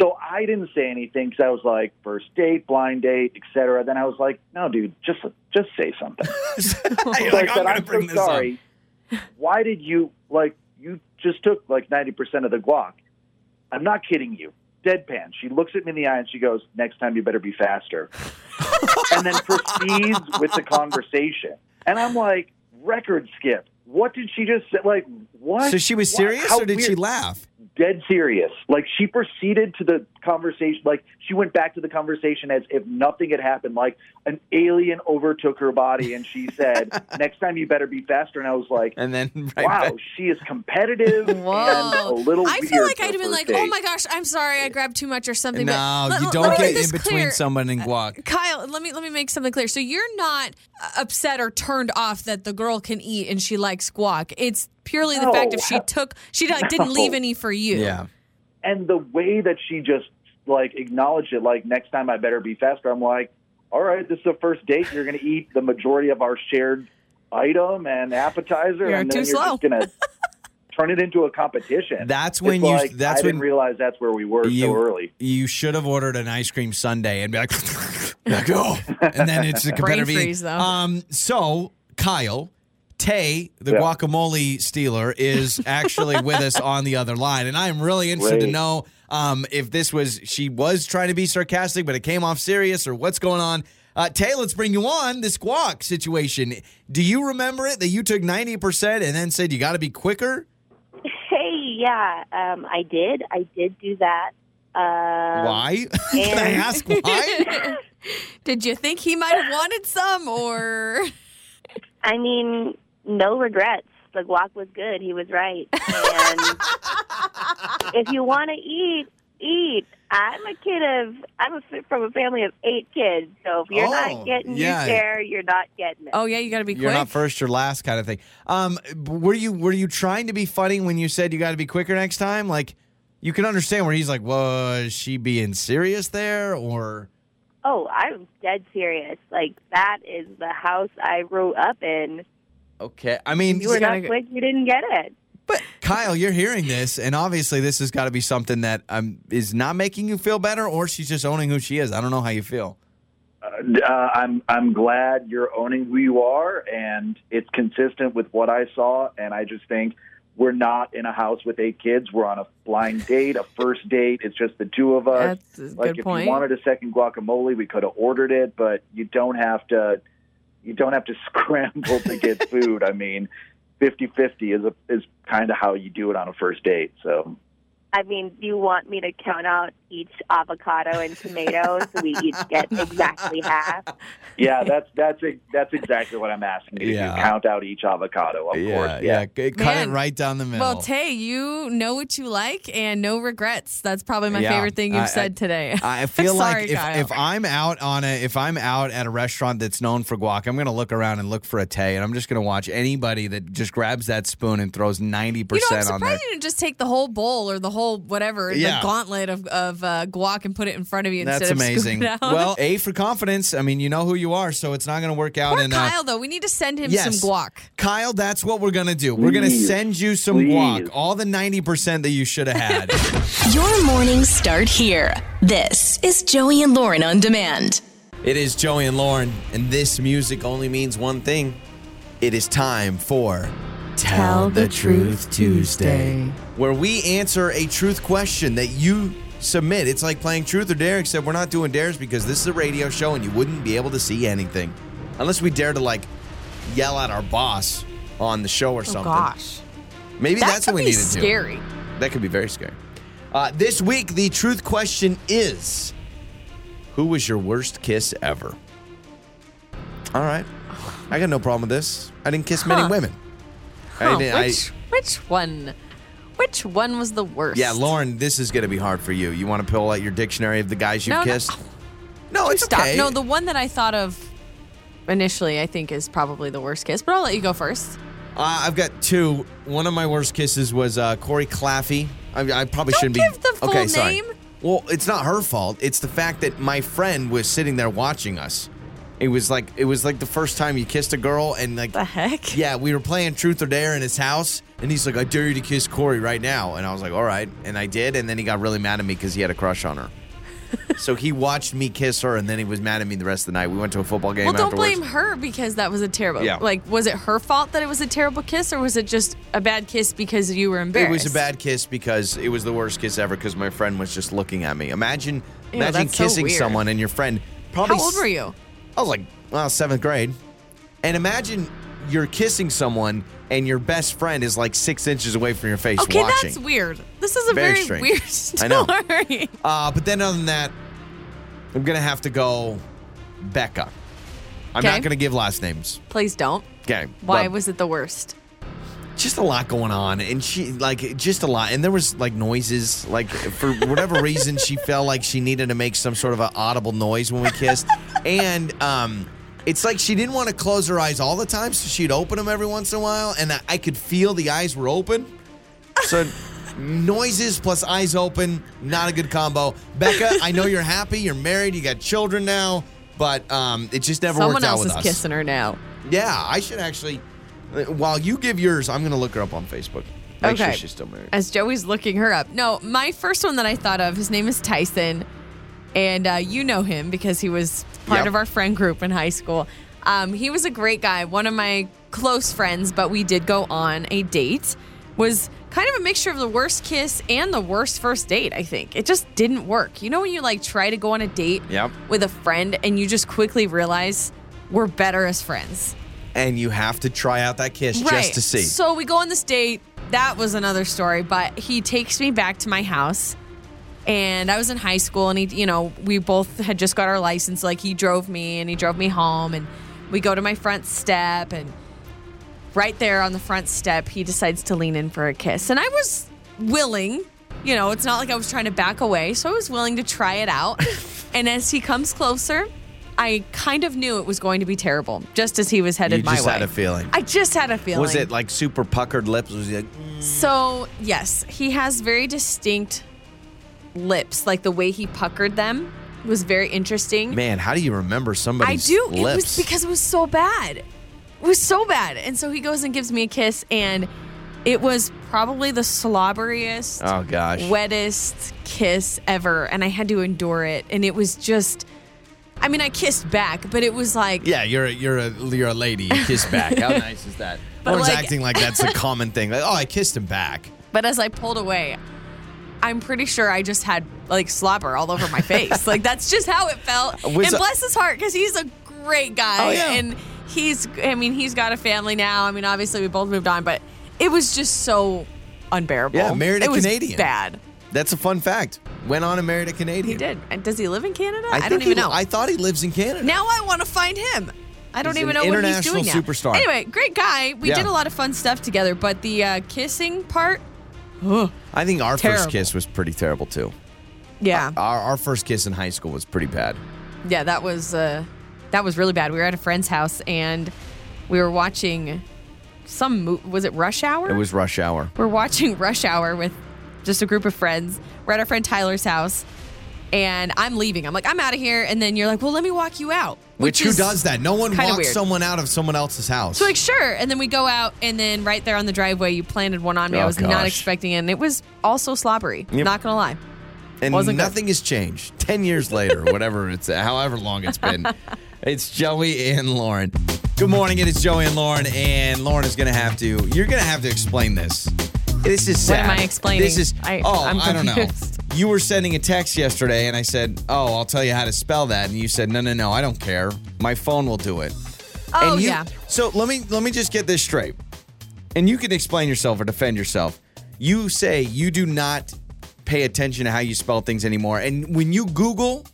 E: so I didn't say anything because I was like, first date, blind date, etc. Then I was like, no, dude, just just say something.
B: You're
E: So
B: like,
E: I
B: I'm
E: said,
B: gonna
E: I'm
B: bring
E: so
B: this up."
E: sorry. Why did you like you just took like ninety percent of the guac? I'm not kidding you. Deadpan. She looks at me in the eye and she goes, "Next time you better be faster." and then proceeds with the conversation. And I'm like, record skip. What did she just say? Like, what?
B: So she was
E: Why-
B: serious,
E: how
B: or did she
E: weird
B: laugh?
E: dead serious. Like she proceeded to the conversation, like she went back to the conversation as if nothing had happened. Like an alien overtook her body, and she said, "Next time you better be faster." And I was like,
B: And then right
E: "Wow,
B: back.
E: she is competitive and a little."
C: I feel
E: weird
C: like
E: for
C: I'd have
E: a
C: been
E: first
C: like,
E: date."
C: oh my gosh, I'm sorry, I grabbed too much or something. but
B: No,
C: let-
B: you
C: let-
B: don't
C: let me make
B: get
C: this
B: in between
C: clear. Uh,
B: someone and guac.
C: Kyle, let me let me make something clear. So you're not uh, upset or turned off that the girl can eat and she likes guac. It's purely the
E: No.
C: fact if she took she like, didn't leave
E: No.
C: any for you.
B: Yeah.
E: And the way that she just like acknowledged it, like next time I better be faster. I'm like, "All right, this is the first date. You're going to eat the majority of our shared item and appetizer,
C: You're
E: and then
C: too
E: you're
C: slow."
E: just going to." Turn it into a competition.
B: That's
E: It's
B: when you-
E: like,
B: that's
E: I didn't
B: when
E: realize that's where we were so early.
B: You should have ordered an ice cream sundae and be like, be like, oh, and then it's a competitive eating.
C: freeze, though.
B: Um, so Kyle, Tay, the
E: Yeah.
B: guacamole stealer, is actually with us on the other line, and I am really interested to
E: Great.
B: know um, if this was she was trying to be sarcastic, but it came off serious, or what's going on. Uh, Tay, let's bring you on this guac situation. Do you remember it that you took ninety percent and then said you got to be quicker?
G: Hey, yeah, um, I did. I did do that. Um,
B: why? Can I
G: and-
B: ask why?
C: Did you think he might have wanted some or
G: I mean, no regrets. The guac was good. He was right. And if you want to eat, eat. I'm a kid of I'm a, fi- from a family of eight kids, so if you're
B: Oh,
G: not getting
B: yeah.
G: your share, you're not getting it.
C: Oh yeah, you got to be
B: You're
C: quick.
B: not first or last kind of thing. Um, b- were you were you trying to be funny when you said you got to be quicker next time? Like, you can understand where he's like, was she being serious there, or
G: Oh, I'm dead serious. Like that is the house I grew up in.
B: okay? I mean,
G: You were
C: gotta
G: not
C: get-
G: quick. You didn't get it.
B: but Kyle, you're hearing this, and obviously this has got to be something that um is not making you feel better, or she's just owning who she is. I don't know how you feel.
E: Uh, I'm I'm glad you're owning who you are, and it's consistent with what I saw. And I just think we're not in a house with eight kids. We're on a blind date, a first date. It's just the two of us.
C: That's a
E: like
C: good
E: if
C: point.
E: you wanted a second guacamole, we could have ordered it, but you don't have to. You don't have to scramble to get food. I mean, 50-50 is a, is kind of how you do it on a first date. So
G: I mean, do you want me to count out each avocado and tomato so we each get exactly half?
E: yeah, that's that's e- that's exactly what I'm asking. You,
B: Yeah.
E: you count out each avocado, of course.
B: C- Cut
C: Man.
B: it right down the middle.
C: well, Tay, you know what you like and no regrets. That's probably my
B: Yeah.
C: favorite thing you've
B: I- I-
C: said today.
B: I feel
C: Sorry,
B: like
C: Kyle.
B: if, if I'm out on a if I'm out at a restaurant that's known for guac, I'm gonna look around and look for a tay, and I'm just gonna watch anybody that just grabs that spoon and throws ninety
C: you know, I'm
B: percent on there.
C: surprised you didn't just take the whole bowl or the whole whatever,
B: Yeah.
C: the gauntlet of, of uh, guac and put it in front of you
B: That's
C: instead of scooping
B: amazing.
C: it out.
B: Well, a for confidence. I mean, you know who you are, so it's not gonna work out.
C: Poor
B: and uh,
C: Kyle, though, we need to send him
B: yes.
C: some guac.
B: Kyle, that's what we're gonna do. We're gonna
E: Please.
B: send you some
E: Please.
B: guac, all the ninety percent that you should have had.
A: Your mornings start here. This is Joey and Lauren on demand.
B: It is Joey and Lauren, and this music only means one thing. It is time for Tell, the, Truth, Tuesday, where we answer a truth question that you submit. It's like playing Truth or Dare, except we're not doing dares because this is a radio show and you wouldn't be able to see anything unless we dare to like yell at our boss on the show or
C: Oh,
B: something.
C: gosh.
B: Maybe
C: That
B: that's
C: could
B: what we
C: be
B: need to do.
C: scary.
B: That could be very scary. Uh, this week, the truth question is Who was your worst kiss ever? All right. I got no problem with this. I didn't kiss many
C: Huh.
B: women.
C: Huh,
B: I didn't, I-
C: which which one? Which one was the worst?
B: yeah, Lauren, this is going to be hard for you. You want to pull out your dictionary of the guys you've
C: No, no.
B: kissed? No, it's
C: Stop.
B: okay.
C: No, the one that I thought of initially, I think, is probably the worst kiss. But I'll let you go first.
B: Uh, I've got two. One of my worst kisses was uh, Corey Claffey. I, I probably
C: Don't
B: shouldn't be.
C: give the full
B: okay, sorry.
C: name.
B: Well, it's not her fault. It's the fact that my friend was sitting there watching us. It was like it was like the first time you kissed a girl, and like
C: The heck?
B: yeah, we were playing Truth or Dare in his house, and he's like, "I dare you to kiss Corey right now," and I was like, "All right," and I did, and then he got really mad at me because he had a crush on her. so he watched me kiss her, and then he was mad at me the rest of the night. We went to a football game.
C: Well, don't
B: afterwards.
C: blame her because that was a terrible.
B: Yeah.
C: Like, was it her fault that it was a terrible kiss, or was it just a bad kiss because you were
B: It
C: embarrassed?
B: was a bad kiss because it was the worst kiss ever because my friend was just looking at me. Imagine,
C: Ew,
B: imagine
C: that's so
B: kissing
C: weird.
B: someone and your friend. Probably
C: How old
B: s-
C: were you?
B: I was like, well, seventh grade. And imagine you're kissing someone and your best friend is like six inches away from your face
C: Okay,
B: watching.
C: that's weird. This is a
B: Very
C: very,
B: strange.
C: weird
B: I know.
C: story.
B: Uh, but then other than that, I'm gonna have to go, Becca. I'm
C: Okay.
B: not gonna give last names.
C: Please don't.
B: Okay.
C: Why
B: but-
C: was it the worst?
B: just a lot going on and she like just a lot and there was like noises like for whatever reason she felt like she needed to make some sort of an audible noise when we kissed and um it's like she didn't want to close her eyes all the time so she'd open them every once in a while and i, I could feel the eyes were open so noises plus eyes open not a good combo becca i know you're happy you're married you got children now but um it just never
C: Someone
B: worked out
C: else
B: with
C: is
B: us
C: kissing her now.
B: yeah, I should actually. While you give yours, I'm gonna look her up on Facebook. Make sure she's still married.
C: As Joey's looking her up. No, my first one that I thought of, his name is Tyson. And uh, you know him because he was part
B: Yep.
C: of our friend group in high school. Um, he was a great guy, one of my close friends, but we did go on a date. Was kind of a mixture of the worst kiss and the worst first date, I think. It just didn't work. You know, when you like try to go on a date
B: Yep.
C: with a friend and you just quickly realize we're better as friends.
B: and you have to try out that kiss just to see.
C: So we go on this date. That was another story, but he takes me back to my house. And I was in high school, and he, you know, we both had just got our license. Like, he drove me and he drove me home, and we go to my front step. And right there on the front step, he decides to lean in for a kiss. And I was willing, you know, it's not like I was trying to back away. So I was willing to try it out. and as he comes closer, I kind of knew it was going to be terrible, just as he was headed
B: you
C: my
B: just
C: way.
B: had a feeling.
C: I just had a feeling.
B: Was it like super puckered lips? Was he like,
C: So, yes, he has very distinct lips. Like the way he puckered them was very interesting.
B: man, how do you remember
C: I
B: somebody's
C: do. It was
B: lips?
C: because it was so bad. It was so bad. And so he goes and gives me a kiss, and it was probably the slobberiest,
B: oh gosh.
C: wettest kiss ever. And I had to endure it. And it was just, I mean, I kissed back, but it was like,
B: yeah, you're a, you're a you're a lady. You kiss back. How nice is that?
C: But
B: Everyone's
C: like-
B: acting like that's a common thing. Like, oh, I kissed him back.
C: But as I pulled away, I'm pretty sure I just had like slobber all over my face. like that's just how it felt.
B: Uh,
C: And
B: was-
C: bless his heart because he's a great guy.
B: Oh, yeah.
C: And he's, I mean, he's got a family now. I mean, obviously we both moved on, but it was just so unbearable.
B: Yeah, married a
C: It was
B: Canadian.
C: Bad.
B: That's a fun fact. Went on and married a Canadian.
C: He did. And does he live in Canada?
B: I,
C: I,
B: think
C: don't
B: he-
C: even know.
B: I thought he lives in Canada.
C: Now I want to find him. I don't
B: He's
C: even
B: an
C: know what he's
B: international
C: doing now.
B: superstar.
C: Anyway, great guy. We
B: Yeah.
C: did a lot of fun stuff together, but the uh, kissing part,
B: I think our first
C: Terrible.
B: kiss was pretty terrible too.
C: yeah.
B: Our, our first kiss in high school was pretty bad.
C: Yeah, that was uh, that was really bad. We were at a friend's house and we were watching some mo- was it Rush Hour?
B: It was rush hour.
C: we're watching Rush Hour with just a group of friends. We're at our friend Tyler's house, and I'm leaving. I'm like, I'm out of here. And then you're like, well, let me walk you out.
B: Which, who
C: is-
B: does that? No one
C: kinda
B: walks
C: weird.
B: someone out of someone else's house.
C: So like, sure. And then we go out, and then right there on the driveway, you planted one on me.
B: Oh,
C: I was
B: gosh.
C: not expecting it, and it was also slobbery.
B: Yep.
C: Not gonna lie.
B: and
C: wasn't good.
B: nothing has changed. Ten years later, whatever it's, however long it's been, it's Joey and Lauren. Good morning, it is Joey and Lauren, and Lauren is going to have to. You're going to have to explain this. This is
C: What
B: sad.
C: am I explaining?
B: This is.
C: I-
B: oh,
C: I'm
B: I don't know.
C: confused.
B: You were sending a text yesterday, and I said, "Oh, I'll tell you how to spell that," and you said, "No, no, no, I don't care. My phone will do it."
C: Oh
B: and you,
C: yeah.
B: So let me let me just get this straight, and you can explain yourself or defend yourself. You say you do not pay attention to how you spell things anymore, and when you Google,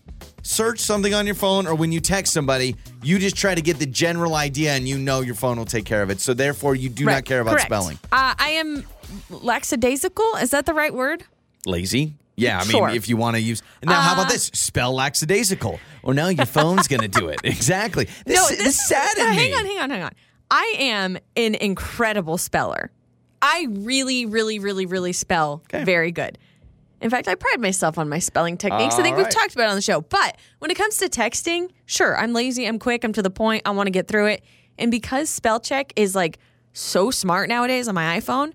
B: search something on your phone or when you text somebody, you just try to get the general idea and you know your phone will take care of it. So therefore, you do not
C: Right.
B: care about
C: Correct.
B: spelling.
C: Uh, I am lackadaisical. Is that the right word?
B: Lazy? Yeah, I mean,
C: Sure. Uh,
B: if you want to use. Now, how about this? Spell lackadaisical. Well, now your phone's going to do it. Exactly. This, this, saddened
C: uh,
B: me.
C: Hang on, hang on, hang on. I am an incredible speller. I really, really, really, really spell very good. In fact, I pride myself on my spelling techniques. I think
B: All right.
C: we've talked about it on the show. But when it comes to texting, sure, I'm lazy, I'm quick, I'm to the point, I want to get through it. And because spell check is like so smart nowadays on my iPhone,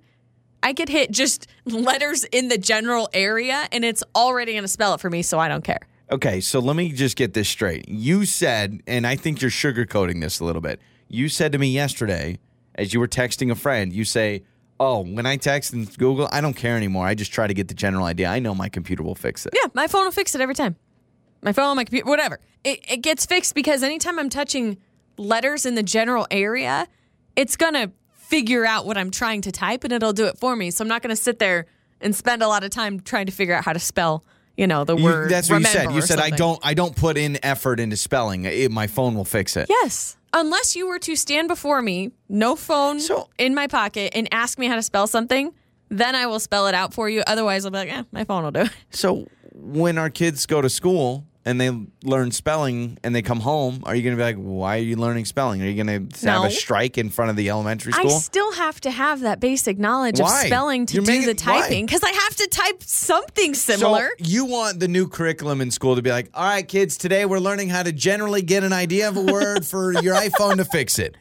C: I could hit just letters in the general area and it's already going to spell it for me, so I don't care.
B: Okay, so let me just get this straight. You said, and I think you're sugarcoating this a little bit. You said to me yesterday, as you were texting a friend, you say, Oh, when I text and Google, I don't care anymore. I just try to get the general idea. I know my computer will fix it.
C: Yeah, my phone will fix it every time. My phone, my computer, whatever. It, it gets fixed because anytime I'm touching letters in the general area, it's going to figure out what I'm trying to type and it'll do it for me. So I'm not going to sit there and spend a lot of time trying to figure out how to spell, you know, the
B: You-
C: word.
B: that's what you
C: remember
B: said. You
C: or
B: said I
C: something."
B: don't I don't put in effort into spelling. It, my phone will fix it.
C: Yes. Unless you were to stand before me, no phone
B: So-
C: in my pocket, and ask me how to spell something, then I will spell it out for you. Otherwise, I'll be like, eh, my phone will do it.
B: So when our kids go to school and they learn spelling and they come home, are you going to be like, "Why are you learning spelling? Are you going to have
C: No.
B: a strike in front of the elementary
C: I
B: school?"
C: still have to have that basic knowledge
B: Why?
C: of spelling to
B: You're
C: do
B: making-
C: the typing because I have to type something similar.
B: So you want the new curriculum in school to be like, all right, kids, today we're learning how to generally get an idea of a word for your iPhone to fix it.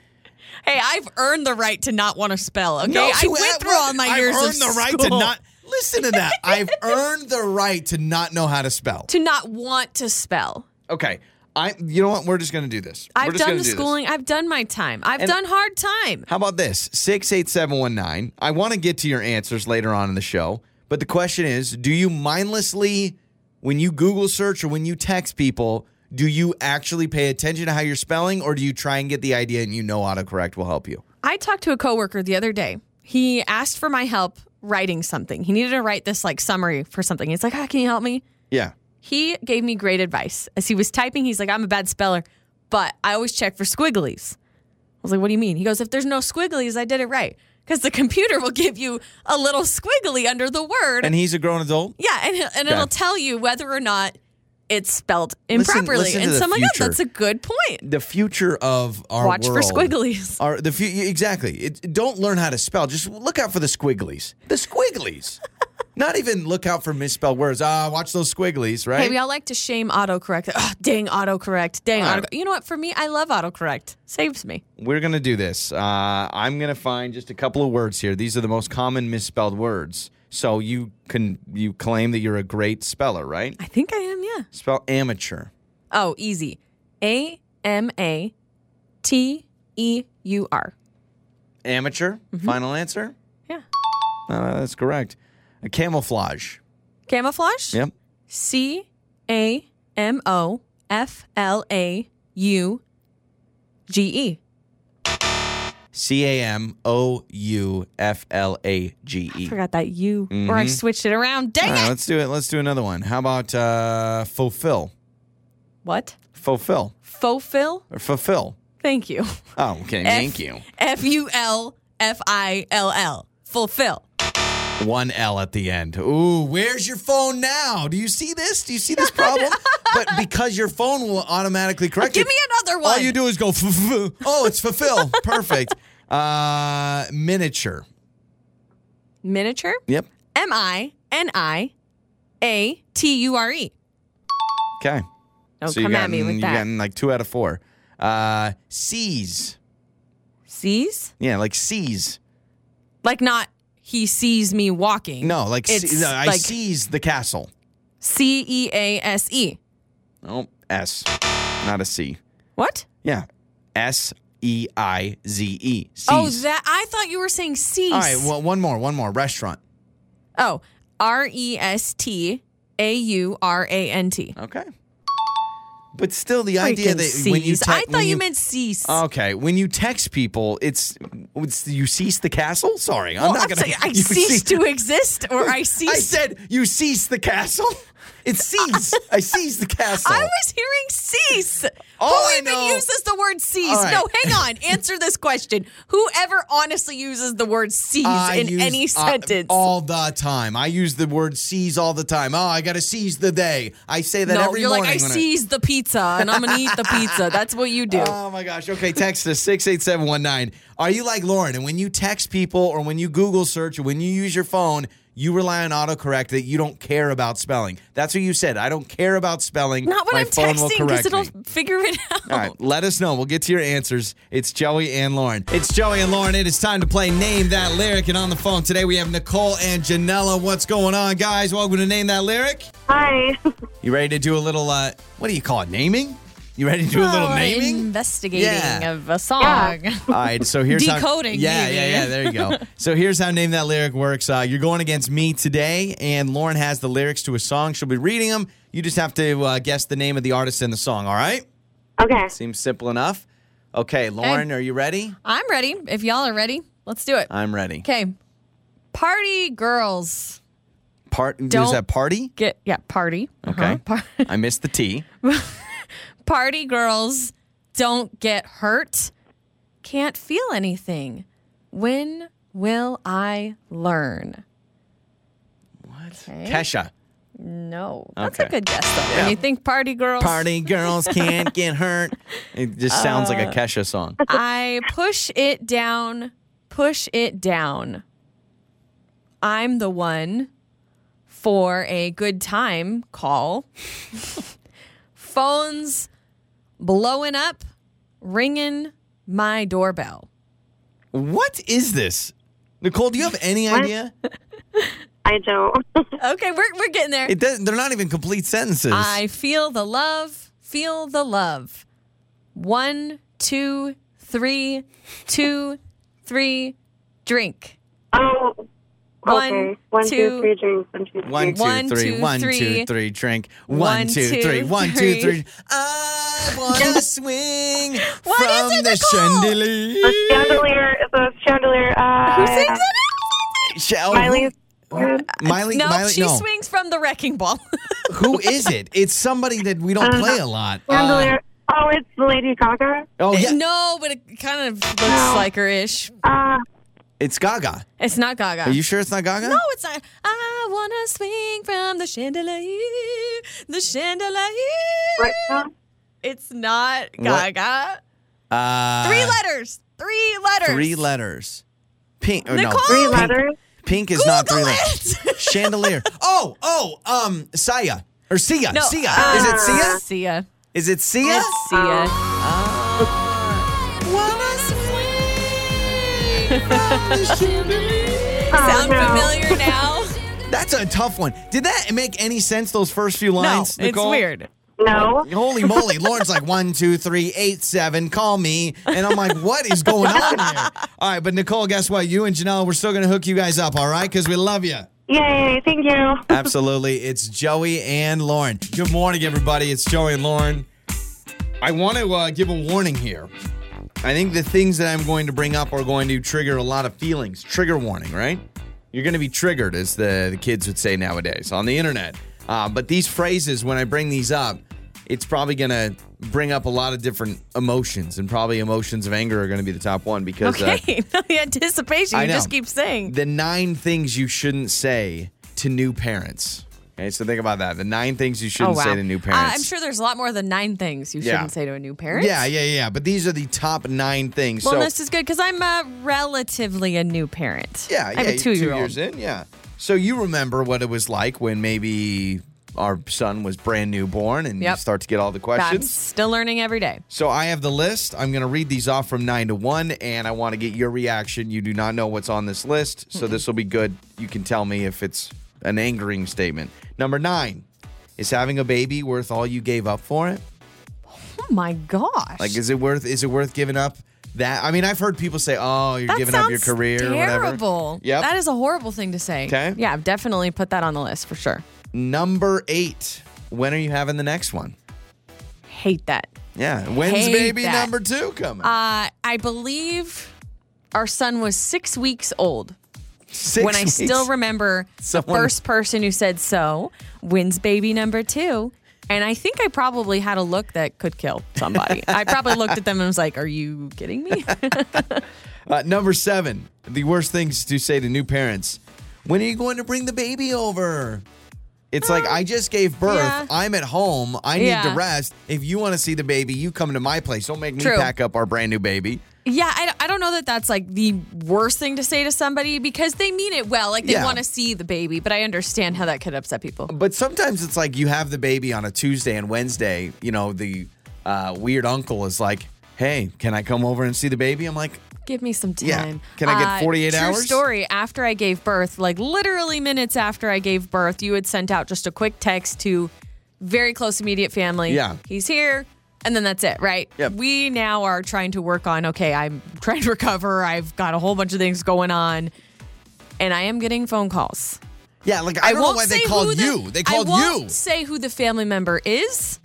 C: hey, I've earned the right to not want to spell. Okay,
B: No,
C: I
B: to-
C: went
B: at
C: through
B: work,
C: all my
B: I've
C: years
B: earned
C: of
B: the right to
C: school
B: not listen to that. I've earned the right to not know how to spell.
C: to not want to spell.
B: Okay, I. You know what? We're just gonna do this. We're
C: I've
B: just
C: done
B: gonna
C: the
B: do this.
C: schooling. I've done my time. I've
B: And-
C: done hard time.
B: How about this? 68719. I want to get to your answers later on in the show, but the question is do you mindlessly, when you Google search or when you text people, do you actually pay attention to how you're spelling or do you try and get the idea and you know autocorrect will help you?
C: I talked to a coworker the other day. He asked for my help writing something. He needed to write this like summary for something. He's like, "Ah, can you help me?"
B: Yeah.
C: He gave me great advice. As he was typing, he's like, I'm a bad speller, but I always check for squigglies. I was like, what do you mean? He goes, if there's no squigglies, I did it right. Because the computer will give you a little squiggly under the word.
B: And he's a grown adult?
C: yeah, and, he'll- and
B: Okay.
C: it'll tell you whether or not it's spelled
B: Listen-
C: improperly.
B: listen to
C: and
B: the
C: so I'm like, oh,
B: future.
C: that's a good point.
B: The future of our
C: Watch for
B: world
C: squigglies.
B: Are the fu- exactly. It, don't learn how to spell. Just look out for the squigglies. The squigglies. Not even look out for misspelled words. Ah, watch those squigglies, right?
C: Hey, we all like to shame autocorrect. Oh, dang autocorrect. Dang
B: All right.
C: autocorrect. You know what? For me, I love autocorrect. Saves me.
B: We're going to do this. Uh, I'm going to find just a couple of words here. These are the most common misspelled words. So you can you claim that you're a great speller, right?
C: I think I am, yeah.
B: Spell amateur.
C: Oh, easy. A M A T E U R.
B: Amateur?
C: Mm-hmm.
B: Final answer?
C: Yeah.
B: Uh, that's correct. A camouflage.
C: Camouflage?
B: Yep.
C: C A M O F L A U G E.
B: C A M O U F L A G E. Mm-hmm.
C: Forgot that U. Or I switched it around. Dang it.
B: Let's do it. Let's do another one. How about uh, fulfill?
C: What?
B: Fulfill.
C: Fulfill?
B: Or fulfill.
C: Thank you.
B: Oh, okay. Thank you.
C: F U L F I L L. Fulfill.
B: One L at the end. Ooh, where's your phone now? Do you see this? Do you see this problem? but because your phone will automatically correct
C: Oh, Give
B: it,
C: me another one.
B: All you do is go. "F-f-f-" Oh, it's fulfill. Perfect. Uh, miniature.
C: Miniature?
B: Yep.
C: M I N I A T U R E.
B: Okay.
C: Don't
B: so
C: Oh, come
B: you
C: at me with
B: you
C: that.
B: gotten like two out of four. Uh, C's.
C: C's?
B: Yeah, like C's.
C: Like not he sees me walking.
B: No, like,
C: it's
B: C- no, I
C: like
B: seize the castle.
C: C E A S E.
B: Oh, S, not a C.
C: What?
B: Yeah, S E I Z E. C's.
C: Oh, that I thought you were saying cease.
B: All right. Well, one more. One more. Restaurant.
C: oh, R E S T A U R A N T.
B: Okay. But still, the idea that when you Um,
C: cease.
B: te-
C: I
B: when
C: thought you, meant cease.
B: Okay, when you text people, it's, it's you cease the castle. Sorry, I'm
C: Well,
B: not
C: Oh, I'm
B: gonna.
C: saying I
B: you
C: cease
B: cease-
C: to exist, or I cease.
B: I said you cease the castle. It's seize. I seize the castle.
C: I was hearing cease.
B: All
C: Who
B: I
C: even
B: know-
C: uses the word cease?
B: All right.
C: No, hang on. Answer this question. Whoever honestly uses the word cease
B: I
C: in
B: use-
C: any
B: I-
C: sentence?
B: all the time. I use the word seize all the time. Oh, I got to seize the day. I say that
C: no,
B: every
C: you're
B: morning.
C: like I
B: when
C: seize the pizza and I'm gonna eat the pizza. That's what you do.
B: Oh my gosh. Okay, text us 68719. Are you like Lauren? And when you text people or when you Google search or when you use your phone, you rely on autocorrect that you don't care about spelling. That's what you said. I don't care about spelling.
C: Not when
B: My
C: I'm
B: phone will
C: texting
B: correct
C: because it'll
B: me.
C: figure it out.
B: All right, let us know. We'll get to your answers. It's Joey and Lauren. It's Joey and Lauren. It is time to play Name That Lyric. And on the phone today, we have Nicole and Janella. What's going on, guys? Welcome to Name That Lyric.
G: Hi.
B: You ready to do a little, uh, what do you call it, naming? You ready to do a little Oh, naming?
C: investigating
B: Yeah.
C: of a song.
B: All right, so here's
C: Decoding,
B: How, yeah,
C: maybe.
B: yeah, yeah. There you go. so here's how name that lyric works. Uh, you're going against me today, and Lauren has the lyrics to a song. She'll be reading them. You just have to uh, guess the name of the artist and the song. All right?
G: Okay.
B: Seems simple enough. Okay, Lauren, are you ready?
C: I'm ready. If y'all are ready, let's do it.
B: I'm ready.
C: Okay. Party girls.
B: Part there's
C: Don't-
B: that party.
C: Get yeah, party. Uh-huh.
B: Okay.
C: Par-
B: I missed the T.
C: party girls don't get hurt. Can't feel anything. When will I learn?
B: What?
C: Okay.
B: Kesha.
C: No. That's a
B: Okay.
C: good guess though.
B: Yeah.
C: When you think party girls
B: Party girls can't get hurt. It just sounds
C: Uh.
B: like a Kesha song.
C: I push it down, push it down. I'm the one for a good time call. Phones blowing up, ringing my doorbell.
B: What is this? Nicole, do you have any idea?
G: I don't.
C: Okay, we're, we're getting there.
B: It does, they're not even complete sentences.
C: I feel the love, feel the love. One, two, three, two, three, drink.
G: oh.
C: One,
G: okay. One, two,
C: two-
G: three drinks. One, two,
B: One,
C: One,
G: three.
B: two, three,
C: two,
B: one, two, three.
C: three.
B: drink.
C: One,
B: One, two,
C: two,
B: three. One, two,
C: three.
B: three. I wanna swing
C: What is
B: from
C: it,
B: the
C: Nicole?
B: chandelier.
G: The chandelier. The chandelier. Uh,
C: Who sings it?
B: Shall-
G: Miley.
B: Miley,
C: No,
B: Miley,
C: she
B: no.
C: swings from the wrecking ball.
B: Who is it? It's somebody that we don't play a lot.
G: Uh-huh. Chandelier. oh, it's Lady Gaga.
B: Uh, oh yeah,
C: No, but it kind of looks like her ish.
G: Uh,
B: it's Gaga.
C: It's not Gaga.
B: Are you sure it's not Gaga?
C: no, it's not. I wanna swing from the chandelier, the chandelier.
G: right now.
C: It's not
B: What?
C: Gaga.
B: Uh,
C: Three letters. Three letters.
B: Three letters. Pink. or
C: Nicole!
B: No,
G: Three
B: pink,
G: letters.
B: Pink is
C: Google
B: not three letters.
C: it.
B: Chandelier. Oh, oh, um, Saya or Sia.
C: No,
B: Sia.
C: uh,
B: is it Sia? Uh,
C: Sia.
B: Is it Sia?
C: It's Sia. Sound
G: Oh, no.
C: familiar now?
B: That's a tough one. Did that make any sense? Those first few
C: no,
B: lines.
C: it's
B: Nicole?
C: weird.
G: No.
B: Holy moly! Lauren's like one, two, three, eight, seven. Call me, and I'm like, what is going on here? All right, but Nicole, guess what? You and Janelle, we're still gonna hook you guys up, all right? Because we love you.
G: Yay. Thank you.
B: Absolutely. It's Joey and Lauren. Good morning, everybody. It's Joey and Lauren. I want to uh, give a warning here. I think the things that I'm going to bring up are going to trigger a lot of feelings. Trigger warning, right? You're going to be triggered, as the, the kids would say nowadays on the internet. Uh, but these phrases, when I bring these up, it's probably going to bring up a lot of different emotions, and probably emotions of anger are going to be the top one because uh,
C: Okay. the anticipation.
B: I
C: You just
B: know.
C: keep saying.
B: the nine things you shouldn't say to new parents. Okay, so think about that. The nine things you shouldn't say to new parents.
C: Uh, I'm sure there's a lot more than nine things you
B: Yeah.
C: shouldn't say to a new parent.
B: Yeah, yeah, yeah. But these are the top nine things.
C: Well,
B: so
C: this is good because I'm uh, relatively a new parent.
B: yeah,
C: I have
B: yeah,
C: a
B: you're
C: two-year-old.
B: years in. Yeah. So you remember what it was like when maybe our son was brand newborn, and you
C: Yep.
B: start to get all the
C: I'm
B: questions.
C: still learning every day.
B: So I have the list. I'm going to read these off from nine to one, and I want to get your reaction. You do not know what's on this list, so this will be good. You can tell me if it's an angering statement. Number nine is having a baby worth all you gave up for it.
C: Oh my gosh!
B: Like, is it worth? Is it worth giving up that? I mean, I've heard people say, "Oh, you're
C: that
B: giving up your
C: sounds
B: career or whatever."
C: Terrible.
B: Yep.
C: That is a horrible thing to say.
B: 'Kay.
C: Yeah, I've definitely put that on the list for sure.
B: Number eight. When are you having the next one?
C: Hate that.
B: Yeah, when's
C: Hate
B: baby
C: that.
B: number two coming?
C: Uh, I believe our son was six weeks old.
B: Six
C: when
B: weeks.
C: I still remember
B: Someone-
C: the first person who said so wins baby number two. And I think I probably had a look that could kill somebody. I probably looked at them and was like, Are you kidding me?
B: Uh, number seven, the worst things to say to new parents. When are you going to bring the baby over? It's like, I just gave birth.
C: Um, yeah.
B: I'm at home. I need to
C: Yeah.
B: rest. If you want to see the baby, you come to my place. Don't make me
C: True.
B: pack up our brand new baby.
C: yeah, I, I don't know that that's like the worst thing to say to somebody because they mean it well. Like they
B: Yeah.
C: want to see the baby, but I understand how that could upset people.
B: But sometimes it's like you have the baby on a Tuesday and Wednesday. You know, the uh, weird uncle is like, hey, can I come over and see the baby? I'm like,
C: Give me some time. Uh,
B: Yeah. Can I get 48
C: true
B: hours?
C: story. After I gave birth, like literally minutes after I gave birth, you had sent out just a quick text to very close immediate family.
B: Yeah.
C: He's here. And then that's it, right?
B: Yep.
C: We now are trying to work on okay, I'm trying to recover. I've got a whole bunch of things going on. And I am getting phone calls.
B: yeah, like, I, don't know
C: won't
B: why they
C: say who
B: called
C: the-
B: you. They called
C: I won't
B: you.
C: Say who the family member is,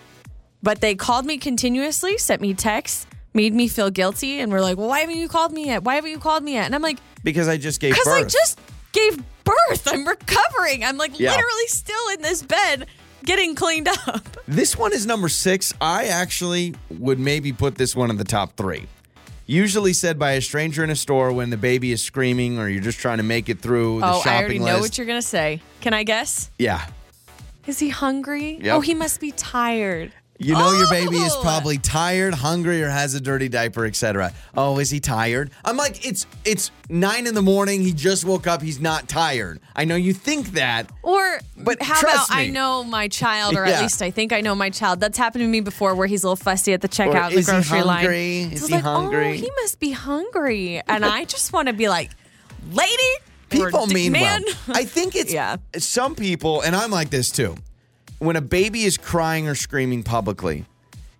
C: but they called me continuously, sent me texts, made me feel guilty, and were like, "Well, why haven't you called me yet? Why haven't you called me yet?" And I'm like,
B: Because I just gave birth.
C: "Because I just gave birth. I'm recovering. I'm like
B: Yeah.
C: literally still in this bed." Getting cleaned up.
B: This one is number six. I actually would maybe put this one in the top three. Usually said by a stranger in a store when the baby is screaming or you're just trying to make it through the
C: Oh,
B: shopping
C: I already
B: list.
C: know what you're gonna say. Can I guess?
B: yeah.
C: Is he hungry?
B: Yep.
C: Oh, he must be tired.
B: You know your baby is
C: Oh!
B: probably tired, hungry, or has a dirty diaper, etc. Oh, is he tired? I'm like, it's it's nine in the morning. He just woke up. He's not tired. I know you think that.
C: Or,
B: But
C: but how
B: trust
C: about
B: me.
C: I know my child, or
B: Yeah.
C: at least I think I know my child. That's happened to me before, where he's a little fussy at the checkout, in the
B: is he
C: grocery line.
B: hungry?
C: So
B: Is
C: it's
B: he
C: like,
B: hungry?
C: Oh, he must be hungry, and I just want to be like, lady, or
B: people
C: d-
B: mean
C: man.
B: well. I think it's
C: Yeah.
B: some people, and I'm like this too. When a baby is crying or screaming publicly,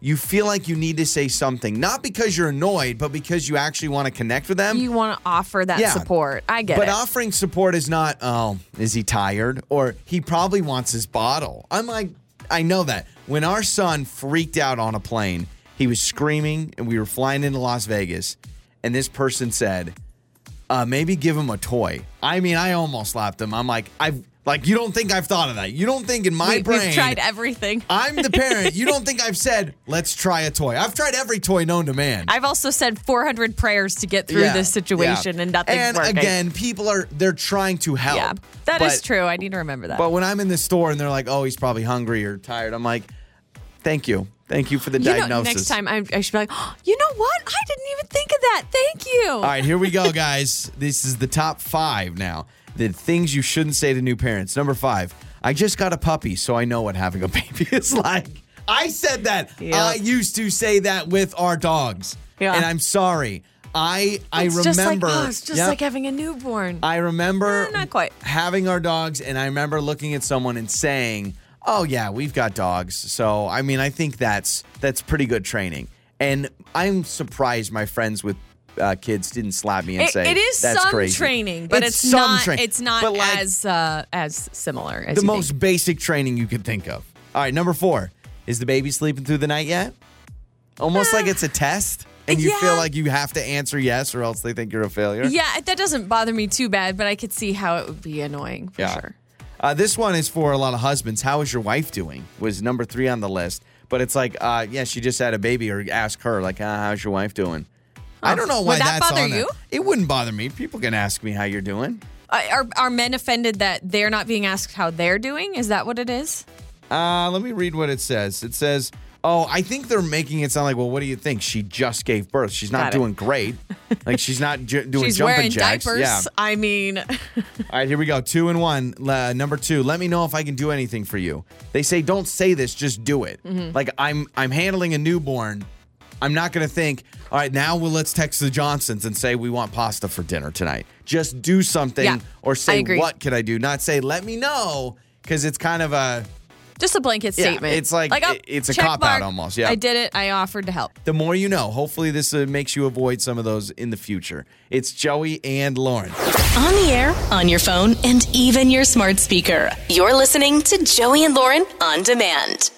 B: you feel like you need to say something, not because you're annoyed, but because you actually want to connect with them.
C: you want to offer that
B: Yeah.
C: support. I get
B: but
C: it.
B: offering support is not, oh, is he tired? Or he probably wants his bottle. I'm like, I know that. When our son freaked out on a plane, he was screaming, and we were flying into Las Vegas, and this person said, uh, maybe give him a toy. I mean, I almost slapped him. I'm like, I've like, you don't think I've thought of that. You don't think in my
C: we,
B: brain.
C: we've tried everything.
B: I'm the parent. You don't think I've said, let's try a toy. I've tried every toy known to man.
C: I've also said 400 prayers to get through
B: Yeah,
C: this situation,
B: yeah.
C: and nothing's
B: And
C: working.
B: again, people are they're trying to help.
C: yeah, that is
B: But-
C: true. I need to remember that.
B: But when I'm in the store and they're like, "Oh, he's probably hungry or tired," I'm like, "Thank you, thank you for the
C: you know,
B: diagnosis."
C: next time I, I should be like, oh, you know what? I didn't even think of that. Thank you.
B: All right, here we go, guys. this is the top five now. The things you shouldn't say to new parents. Number five, I just got a puppy, so I know what having a baby is like. I said that.
C: Yep.
B: I used to say that with our dogs.
C: Yeah.
B: And I'm sorry. I I
C: It's just like,
B: remember.
C: oh, it's just
B: Yep.
C: like having a newborn.
B: I remember
C: Eh, not quite.
B: having our dogs, and I remember looking at someone and saying, "Oh yeah, we've got dogs." So I mean, I think that's that's pretty good training. And I'm surprised my friends with uh, kids didn't slap me and
C: It-
B: say
C: it is
B: that's
C: some
B: crazy."
C: training, but it's,
B: some
C: not.
B: train-
C: It's not
B: but, like,
C: as uh, as similar as
B: the
C: you
B: most
C: Think.
B: basic training you could think of. All right, number four is the baby sleeping through the night yet? Almost like it's a test, and you feel
C: Uh, yeah.
B: like you have to answer yes, or else they think you're a failure.
C: Yeah, that doesn't bother me too bad, but I could see how it would be annoying for sure.
B: Uh, this one is for a lot of husbands. How is your wife doing? Was number three on the list, but it's like, uh, yeah, she just had a baby, or ask her like, uh, how's your wife doing? I don't know why
C: Would that
B: that's
C: bother
B: on there.
C: you?
B: It wouldn't bother me. People can ask me how you're doing.
C: Uh, Are are men offended that they're not being asked how they're doing? Is that what it is?
B: Uh, let me read what it says. It says, oh, I think they're making it sound like, well, what do you think? She just gave birth. She's not
C: Got it.
B: doing great. like she's not ju- doing
C: She's
B: jumping
C: wearing
B: jacks.
C: diapers.
B: Yeah.
C: I mean,
B: All right, here we go. Two and one. Uh, number two. Let me know if I can do anything for you. They say don't say this, just do it.
C: Mm-hmm.
B: Like I'm, I'm handling a newborn. I'm not gonna think. All right, now well, let's text the Johnsons and say we want pasta for dinner tonight. Just do something,
C: Yeah,
B: or
C: I
B: say
C: agree.
B: what could I do? Not say let me know because it's kind of a.
C: just a blanket
B: Yeah,
C: statement.
B: it's like-
C: oh,
B: it- it's a
C: check
B: cop-out
C: mark.
B: almost, yeah.
C: I did it. I offered to help.
B: The more you know. Hopefully, this uh, makes you avoid some of those in the future. It's Joey and Lauren.
A: On the air, on your phone, and even your smart speaker. You're listening to Joey and Lauren on demand.